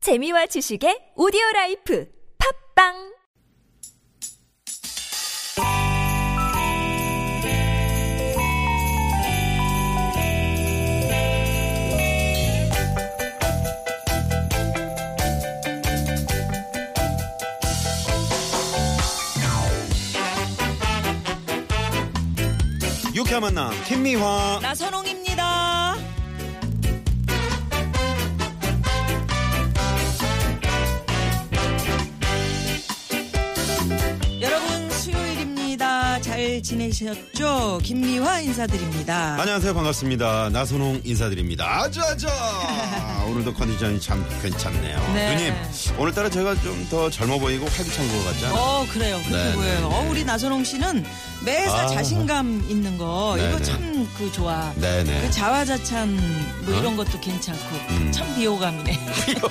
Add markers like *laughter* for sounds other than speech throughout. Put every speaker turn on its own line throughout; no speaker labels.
재미와 지식의 오디오 라이프 팝빵
유쾌한 만남 김미화
나선홍입니다. 여러분 수요일입니다. 잘 지내셨죠? 김미화 인사드립니다.
안녕하세요 반갑습니다 나선홍 인사드립니다
*laughs*
아자아자 오늘도 컨디션이 참 괜찮네요
네.
누님 오늘따라 제가 좀 더 젊어 보이고 활기찬 것 같지 않아요?
어 그래요. 그렇게
네,
보여요. 어, 우리 나선홍 씨는 매사
아.
자신감 있는 거
네,
이거
네.
참 그 좋아.
네네. 어?
그 자화자찬 뭐 이런 것도 괜찮고
음.
참 비호감이네. 그렇죠.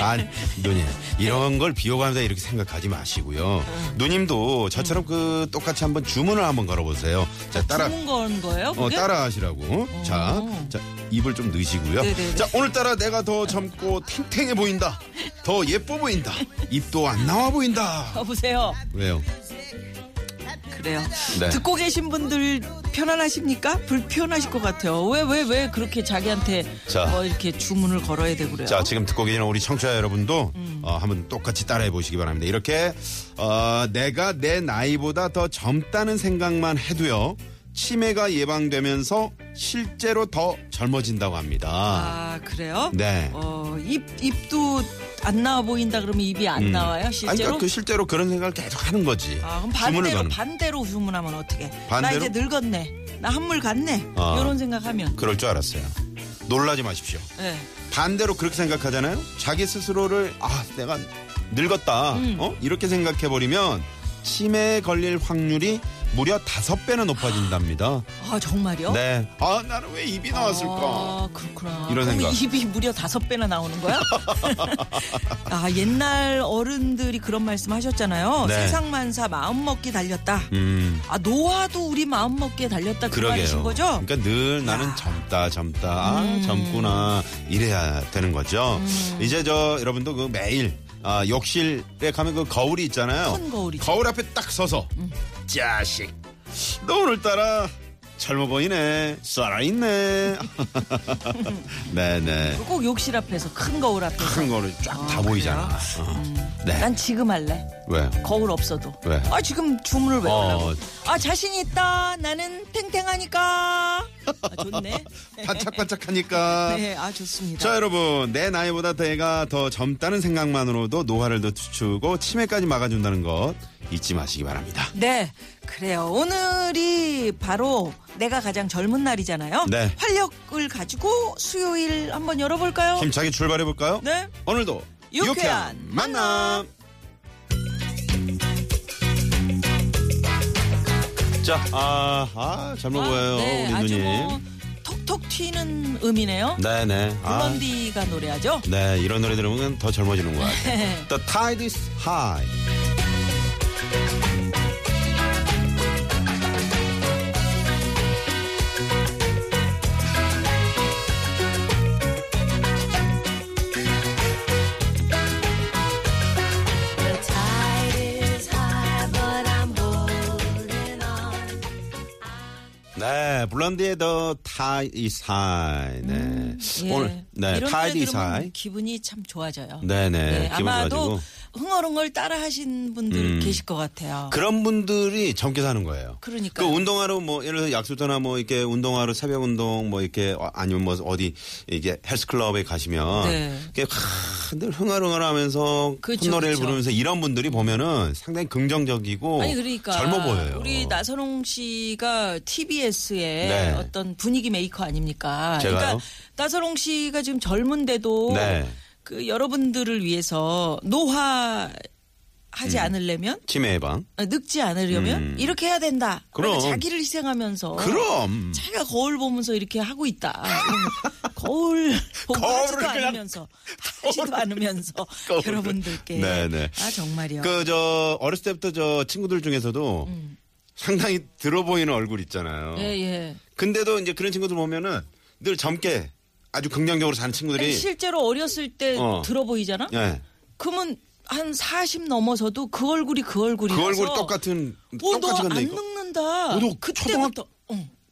아 누님 이런 걸 비호감이다 이렇게 생각하지 마시고요
음.
누님도 저처럼 그 똑같이 한번 주문을 한번 걸어보세요 자 따라
좋은 건 거예요?
어,
그게?
따라 하시라고 자, 자 입을 좀 넣으시고요
어. 네네네.
자 오늘따라 내가 더 젊고 탱탱해 보인다 더 예뻐 보인다 입도 안 나와 보인다
여보세요.
왜요?
그래요.
네.
듣고 계신 분들 편안하십니까? 불편하실 것 같아요. 왜 왜 왜 그렇게 자기한테
자.
뭐 이렇게 주문을 걸어야 되고 그래요?
자, 지금 듣고 계시는 우리 청취자 여러분도
음.
어, 한번 똑같이 따라해 보시기 바랍니다. 이렇게 어, 내가 내 나이보다 더 젊다는 생각만 해도요. 치매가 예방되면서 실제로 더 젊어진다고 합니다.
아 그래요?
네.
어, 입 입도 안 나와 보인다 그러면 입이 안 나와요
아니, 그러니까
실제로?
그 실제로 그런 생각을 계속 하는 거지.
아,
주문을
그럼 반대로
거는.
반대로 주문하면 어떻게? 나
반대로?
이제 늙었네. 나 한물 갔네.
아.
이런 생각하면.
그럴 줄 알았어요. 놀라지 마십시오.
네.
반대로 그렇게 생각하잖아요. 자기 스스로를 아 내가 늙었다 어? 이렇게 생각해 버리면 치매에 걸릴 확률이 무려 다섯 배나 높아진답니다.
아 정말요?
네. 아 나는 왜 입이 나왔을까?
아, 그렇구나.
이런
그럼
생각.
입이 무려 다섯 배나 나오는
*laughs*
거야? *laughs* 아, 옛날 어른들이 그런 말씀 하셨잖아요.
네.
세상만사 마음먹기 달렸다.
음.
아, 노화도 우리 마음먹기에 달렸다. 그
그러게요.
말이신 거죠? 음.
그러니까 늘 나는 젊다, 젊다, 아, 젊구나 이래야 되는 거죠. 이제 저 여러분도 그 매일 아, 욕실에 가면 그 거울이 있잖아요.
큰 거울이죠. 음.
거울 앞에 딱 서서 자식, 너 오늘따라 젊어 보이네, 살아
*laughs*
있네. 네네.
꼭 욕실 앞에서, 큰 거울 앞에서.
큰 거울이 쫙 다
아, 음.
보이잖아. 어. 네.
난 지금 할래.
왜?
거울 없어도.
왜?
아, 지금 주문을 왜 하려고.
어.
아, 자신 있다. 나는 탱탱하니까. 아,
*laughs*
좋네.
반짝반짝하니까.
네, 아, 좋습니다.
자 여러분 내 나이보다 내가 더 젊다는 생각만으로도 노화를 더 추추고 치매까지 막아준다는 것 잊지 마시기 바랍니다.
네, 그래요. 오늘이 바로 내가 가장 젊은 날이잖아요.
네.
활력을 가지고 수요일 한번 열어볼까요?
힘차게 출발해 볼까요?
네.
오늘도
유쾌한
만남. 자, 아, 아 젊어 보여요
아, 네,
우리
아주
누님.
뭐 톡톡 튀는 음이네요.
네네. 아,
블런디가 노래하죠. *laughs* 예.
네 이런 노래 들으면 더 젊어지는 것 같아요. The tide is high.
The tide is high, but I'm holding on.
네, 블런디의 The tide is high. 네.
예.
오늘 네 tide
이런 노래
is
들으면
high.
기분이 참 좋아져요.
네네.
네,
기분
아마도
좋아지고. 음.
흥얼흥얼 따라하신 분들 계실 것 같아요.
그런 분들이 젊게 사는 거예요.
어. 그러니까요.
그 운동하러 뭐 예를 들어 약수터나 뭐 이렇게 운동하러 새벽 운동 뭐 이렇게 어, 아니면 뭐 어디 이게 헬스클럽에 가시면
네.
이렇게 늘 흥얼흥얼하면서
그쵸,
콧노래를
그쵸.
부르면서 이런 분들이 보면은 상당히 긍정적이고
아니 그러니까
젊어 보여요.
우리 나선홍 씨가 TBS의
네.
어떤 분위기 메이커 아닙니까?
제가요?
그러니까 나선홍 씨가 지금 젊은데도
네.
그 여러분들을 위해서 노화
음.
하지 않으려면
치매 예방.
아, 늙지 않으려면 이렇게 해야 된다.
음. 그럼.
그러니까 자기를 희생하면서
그럼
자기가 거울 보면서 이렇게 하고 있다.
*laughs*
거울 보고 하지도
거울을 그냥
않으면서 하지도 않으면서
거울을.
*laughs* 여러분들께
네, 네.
아 정말이요.
그 저 어렸을 때부터 저 친구들 중에서도
음.
상당히 들어 보이는 얼굴 있잖아요.
예 예.
근데도 이제 그런 친구들 보면은 늘 젊게 아주 긍정적으로 사는 친구들이
실제로 어렸을 때
어.
들어 보이잖아.
예.
그러면 한 40 넘어서도 그 얼굴이 그 얼굴이라서
그 얼굴 똑같은
오,
똑같이
너안
갔네 이거.
늙는다.
어, 너
그때부터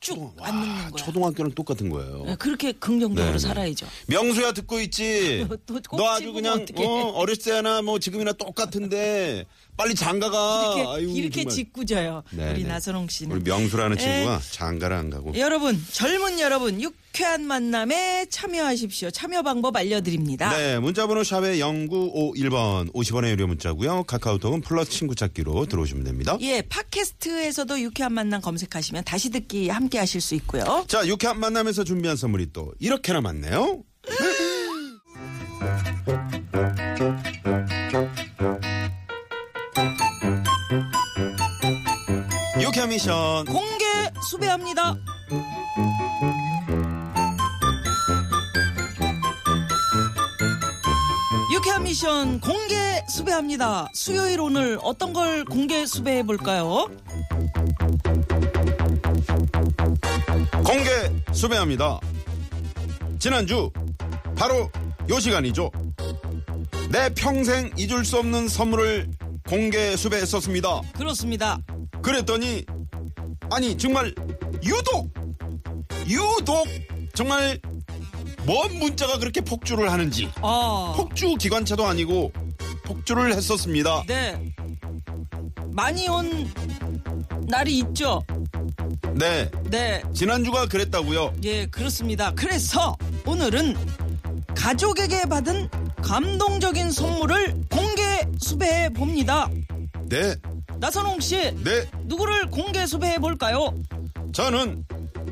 쭉
와,
안 늙는 거야.
초등학교랑 똑같은 거예요.
네, 그렇게 긍정적으로
네, 네.
살아야죠.
명수야 듣고 있지.
너또 *laughs* 꼭
너 아주
찍으면
그냥
어떡해.
어, 어렸을 때나 뭐 지금이나 똑같은데 빨리 장가가.
이렇게
아이고,
이렇게
정말.
짓궂어요.
네,
우리
네.
나선홍 씨는.
우리 명수라는
에.
친구가 장가를 안 가고.
여러분 젊은 여러분 유쾌한 만남에 참여하십시오. 참여 방법 알려드립니다.
네, 문자번호 샵에 0951번 50원의 유료 문자고요. 카카오톡은 플러스 친구 찾기로 들어오시면 됩니다.
예, 팟캐스트에서도 유쾌한 만남 검색하시면 다시 듣기 함께 하실 수 있고요.
자, 유쾌한 만남에서 준비한 선물이 또 이렇게나 많네요. 유쾌한 미션.
공개 수배합니다. 유쾌한 미션 공개 수배합니다. 수요일 오늘 어떤 걸 공개 수배해 볼까요?
공개 수배합니다. 지난주 바로 요 시간이죠. 내 평생 잊을 수 없는 선물을 공개 수배했었습니다.
그렇습니다.
그랬더니 아니 정말 유독 유독 정말 뭔 문자가 그렇게 폭주를 하는지
아,
폭주 기관차도 아니고 폭주를 했었습니다.
네. 많이 온 날이 있죠.
네.
네.
지난주가 그랬다고요.
예, 그렇습니다. 그래서 오늘은 가족에게 받은 감동적인 선물을 공개 수배해 봅니다.
네.
나선홍 씨,
네.
누구를 공개 수배해 볼까요?
저는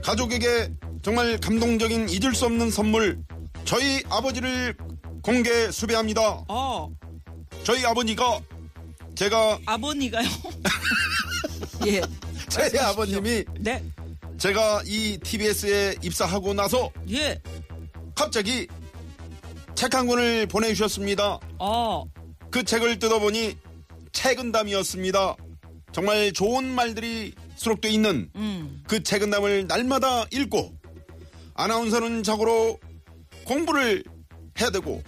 가족에게 정말 감동적인 잊을 수 없는 선물 저희 아버지를 공개 수배합니다.
아,
저희 아버지가 제가 *laughs*
아버니가요? *laughs* 예.
제 아버님이
네.
제가 이 TBS에 입사하고 나서
예.
갑자기 책 한 권을 보내주셨습니다.
아,
그 책을 뜯어보니 책은담이었습니다. 정말 좋은 말들이 수록돼 있는
음.
그 책은담을 날마다 읽고 아나운서는 자고로 공부를 해야 되고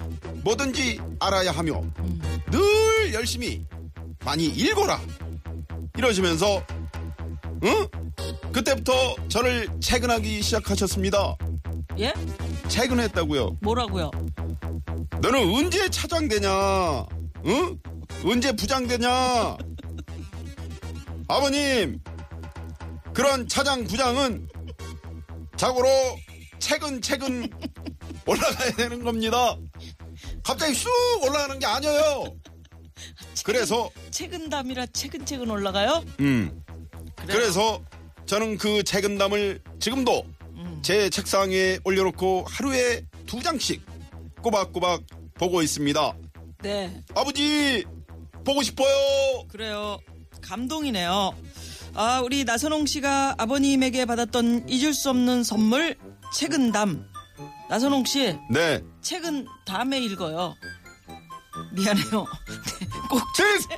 뭐든지 알아야 하며 늘 열심히 많이 읽어라 이러시면서 응? 그때부터 저를 채근하기 시작하셨습니다.
예?
채근했다고요.
뭐라고요?
너는 언제 차장 되냐? 응? 언제 부장 되냐? 아버님, 그런 차장 부장은 자고로 최근 최근 올라가야 되는 겁니다. 갑자기 쑥 올라가는 게 아니에요. 그래서
최근담이라 최근최근 올라가요?
음. 그래서 저는 그 책임담을 지금도 제 책상 위에 올려놓고 하루에 두 장씩 꼬박꼬박 보고 있습니다.
네.
아버지 보고 싶어요.
그래요. 감동이네요. 아, 우리 나선홍 씨가 아버님에게 받았던 잊을 수 없는 선물, 책은담. 나선홍 씨,
네.
책은 다음에 읽어요. 미안해요. *laughs* 네, 꼭 출세.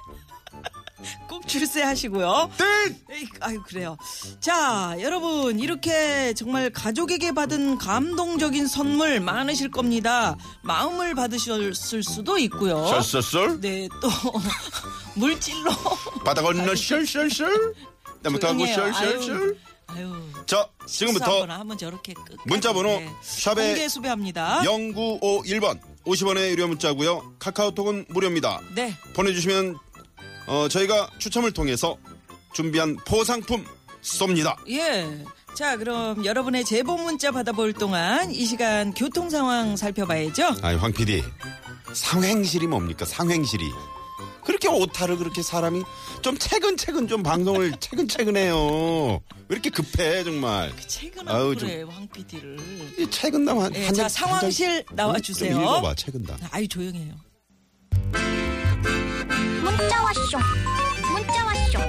*laughs* 꼭 출세하시고요.
땡!
에이, 아유, 그래요. 자, 여러분, 이렇게 정말 가족에게 받은 감동적인 선물 많으실 겁니다. 마음을 받으셨을 수도 있고요.
어? 썰썰썰
네, 또, *laughs* 물질로. *laughs*
바다 건너 썰썰썰 때부터 하고
조용해요.
썰썰썰
아유,
자
실수하거나
지금부터
하면 저렇게 끝까지.
문자번호
네.
샵에
공개 수배합니다.
0951번 50원의 유료 문자고요 카카오톡은 무료입니다
네.
보내주시면 어, 저희가 추첨을 통해서 준비한 포상품 쏩니다
예. 자, 그럼 여러분의 제보 문자 받아볼 동안 이 시간 교통 상황 살펴봐야죠.
아니 황 PD 상횡실이 뭡니까 상횡실이 그렇게 오타를 그렇게 사람이 좀 최근최근 좀 방송을
*laughs*
최근최근 해요 왜 이렇게 급해 정말
최근
아유,
그래, 황 PD를.
이 최근담 한,
예,
한 장-
자,
한
상황실
장-
나와주세요.
좀 읽어봐 최근담
아유, 조용해요.
문자 왔쇼 문자 왔쇼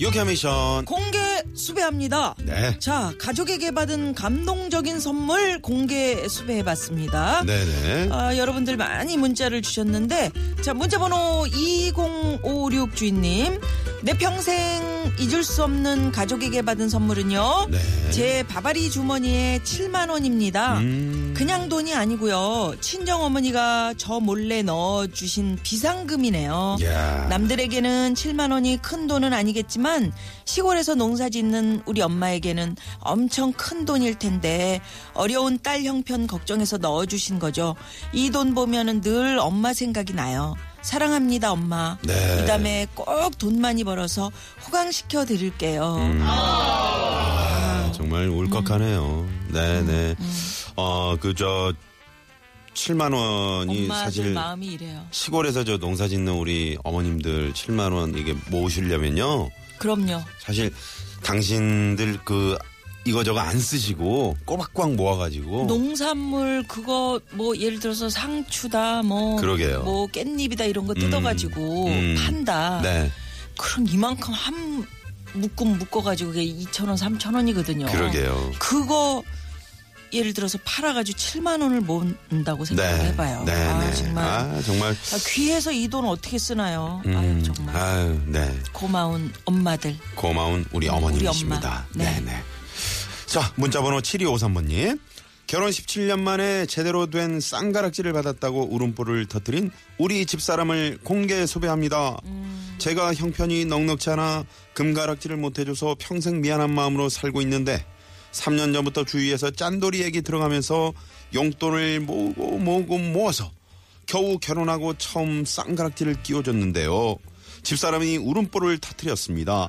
요캐미션
공개 수배합니다.
네.
자, 가족에게 받은 감동적인 선물 공개 수배해봤습니다.
네네
아, 여러분들 많이 문자를 주셨는데 자 문자번호 2056 주인님 내 평생 잊을 수 없는 가족에게 받은 선물은요.
네.
제 바바리 주머니에 7만 원입니다.
음.
그냥 돈이 아니고요. 친정 어머니가 저 몰래 넣어 주신 비상금이네요.
야.
남들에게는 7만 원이 큰 돈은 아니겠지만 시골에서 농사 짓는 우리 엄마에게는 엄청 큰 돈일 텐데 어려운 딸 형편 걱정해서 넣어 주신 거죠. 이 돈 보면은 늘 엄마 생각이 나요. 사랑합니다, 엄마.
네.
이 다음에 꼭 돈 많이 벌어서 호강시켜 드릴게요.
음. 아, 정말 울컥하네요.
음.
네네. 어, 그 저 7만 원이
엄마들
사실
마음이 이래요.
시골에서 저 농사 짓는 우리 어머님들 7만 원 이게 모으시려면요.
그럼요.
사실 당신들 그 이거저거 안 쓰시고 꼬박꼬박 모아가지고
농산물 그거 뭐 예를 들어서 상추다 뭐
그러게요.
뭐 깻잎이다 이런 거 뜯어가지고
음.
판다.
네
그럼 이만큼 한 묶음 묶어가지고 그게 2천 원, 3천 원이거든요.
그러게요.
어, 그거 예를 들어서 팔아가지고 7만 원을 모은다고 생각을
네.
해봐요.
네,
아
네.
정말
아, 정말.
아, 귀해서 이 돈 어떻게 쓰나요?
음,
아유 정말
아유, 네.
고마운 엄마들.
고마운 우리 어머님이십니다.
엄마. 네.
네네. 자, 문자번호 7253번님. 결혼 17년 만에 제대로 된 쌍가락질을 받았다고 울음보를 터뜨린 우리 집사람을 공개 소배합니다.
음.
제가 형편이 넉넉지 않아 금가락질을 못해줘서 평생 미안한 마음으로 살고 있는데 3년 전부터 주위에서 짠돌이 얘기 들어가면서 용돈을 모으고 모으고 모아서 겨우 결혼하고 처음 쌍가락질을 끼워줬는데요. 집사람이 울음보를 터뜨렸습니다.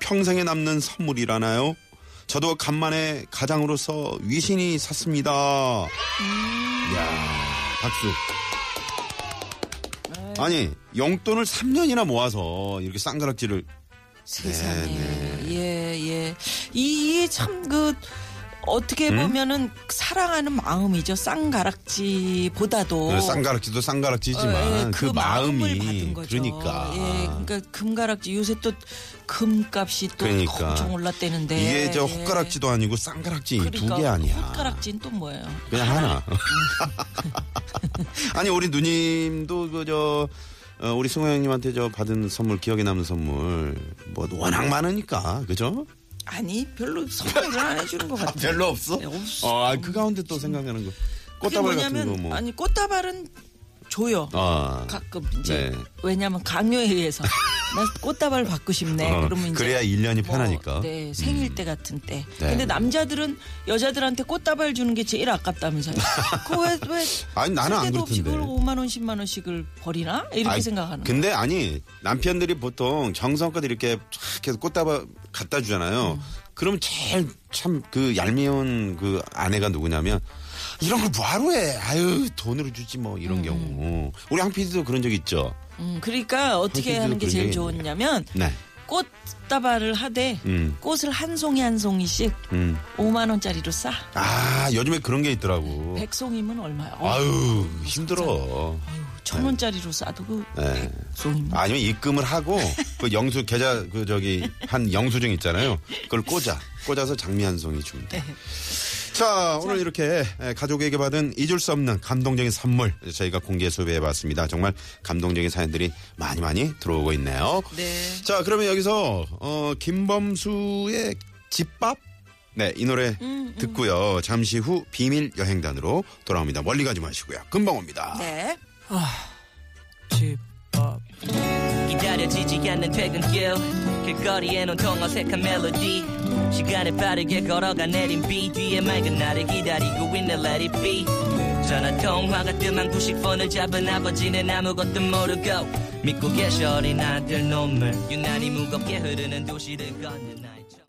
평생에 남는 선물이라나요? 저도 간만에 가장으로서 위신이 샀습니다.
음.
이야, 박수. 아니, 용돈을 3년이나 모아서 이렇게 쌍가락질을.
세상에
네.
예예 이 참 그 어떻게
음?
보면은 사랑하는 마음이죠 쌍가락지보다도
그 쌍가락질도
어,
네, 쌍가락지지만
예,
그,
마음을
마음이.
받은 거죠.
그러니까.
예, 그러니까 금가락지 요새 또 금값이 또
그러니까.
엄청 올랐대는데
이게 저
예.
헛가락지도 아니고 쌍가락지 두
그러니까
개 아니야.
헛가락지는 또 뭐예요?
그냥 하나. *laughs* 아니 우리 누님도 그저 어, 우리 승호 형님한테 저 받은 선물 기억에 남는 선물 뭐 워낙 많으니까 그죠?
아니 별로 선물을 안
*laughs*
해주는 것 같아요.
별로 없어.
네, 없어.
어, 아, 그 가운데 또 생각나는 거
그게
꽃다발 같은 거
뭐냐면
뭐.
아니 꽃다발은 줘요.
아,
가끔 이제
네.
왜냐하면 강요에
*laughs*
의해서 나 꽃다발 받고 싶네.
어,
그러면 이제
그래야 일년이
뭐,
편하니까.
네 생일 때 같은 때.
네.
근데 남자들은 여자들한테 꽃다발 주는 게 제일
*laughs*
아깝다면서요. 그왜왜
아니, 나는 안 그렇던데.
없이 그걸 5만 원, 10만 원씩을 버리나 이렇게
아이, 그
생각하는. 네. 거
근데 아니 남편들이 보통 정성껏 이렇게 쫙 해서 꽃다발 갖다 주잖아요.
음.
그럼 제일 참 그 얄미운 그 아내가 누구냐면 이런 걸 뭐하러 해? 아유 돈으로 주지 뭐 이런 경우. 우리 황 PD도 그런 적 있죠.
음, 그러니까 어떻게
사실은
하는 게 제일
굉장히-
좋으냐면
네.
꽃다발을 하되
음.
꽃을 한 송이 한 송이씩
음.
5만 원짜리로 싸.
아 요즘에 그런 게 있더라고.
백송이면 얼마야? 어,
아유 힘들어.
천 원짜리로 싸도 그
네.
백송이면
아니면 입금을 하고 그 영수 계좌 그 저기 한 영수증 있잖아요. 그걸 꽂아 꽂아서 장미 한 송이 주면 돼. 네. 자 오늘 이렇게 가족에게 받은 잊을 수 없는 감동적인 선물 저희가 공개 소개해봤습니다. 정말 감동적인 사연들이 많이 많이 들어오고 있네요.
네.
자 그러면 여기서 어, 김범수의 집밥 네 이 노래 듣고요. 잠시 후 비밀 여행단으로 돌아옵니다. 멀리 가지 마시고요. 금방 옵니다.
네.
기다려지지 않는 퇴근길 길거리엔 온통 어색한 멜로디 시간을 빠르게 걸어가 내린 비 뒤에 맑은 나를 기다리고 있는 Let it be 전화 통화가 뜸한 구식폰을 잡은 아버지는 아무것도 모르고 믿고 계셔 어린 아들 눈물 유난히 무겁게 흐르는 도시를 걷는 나의 저-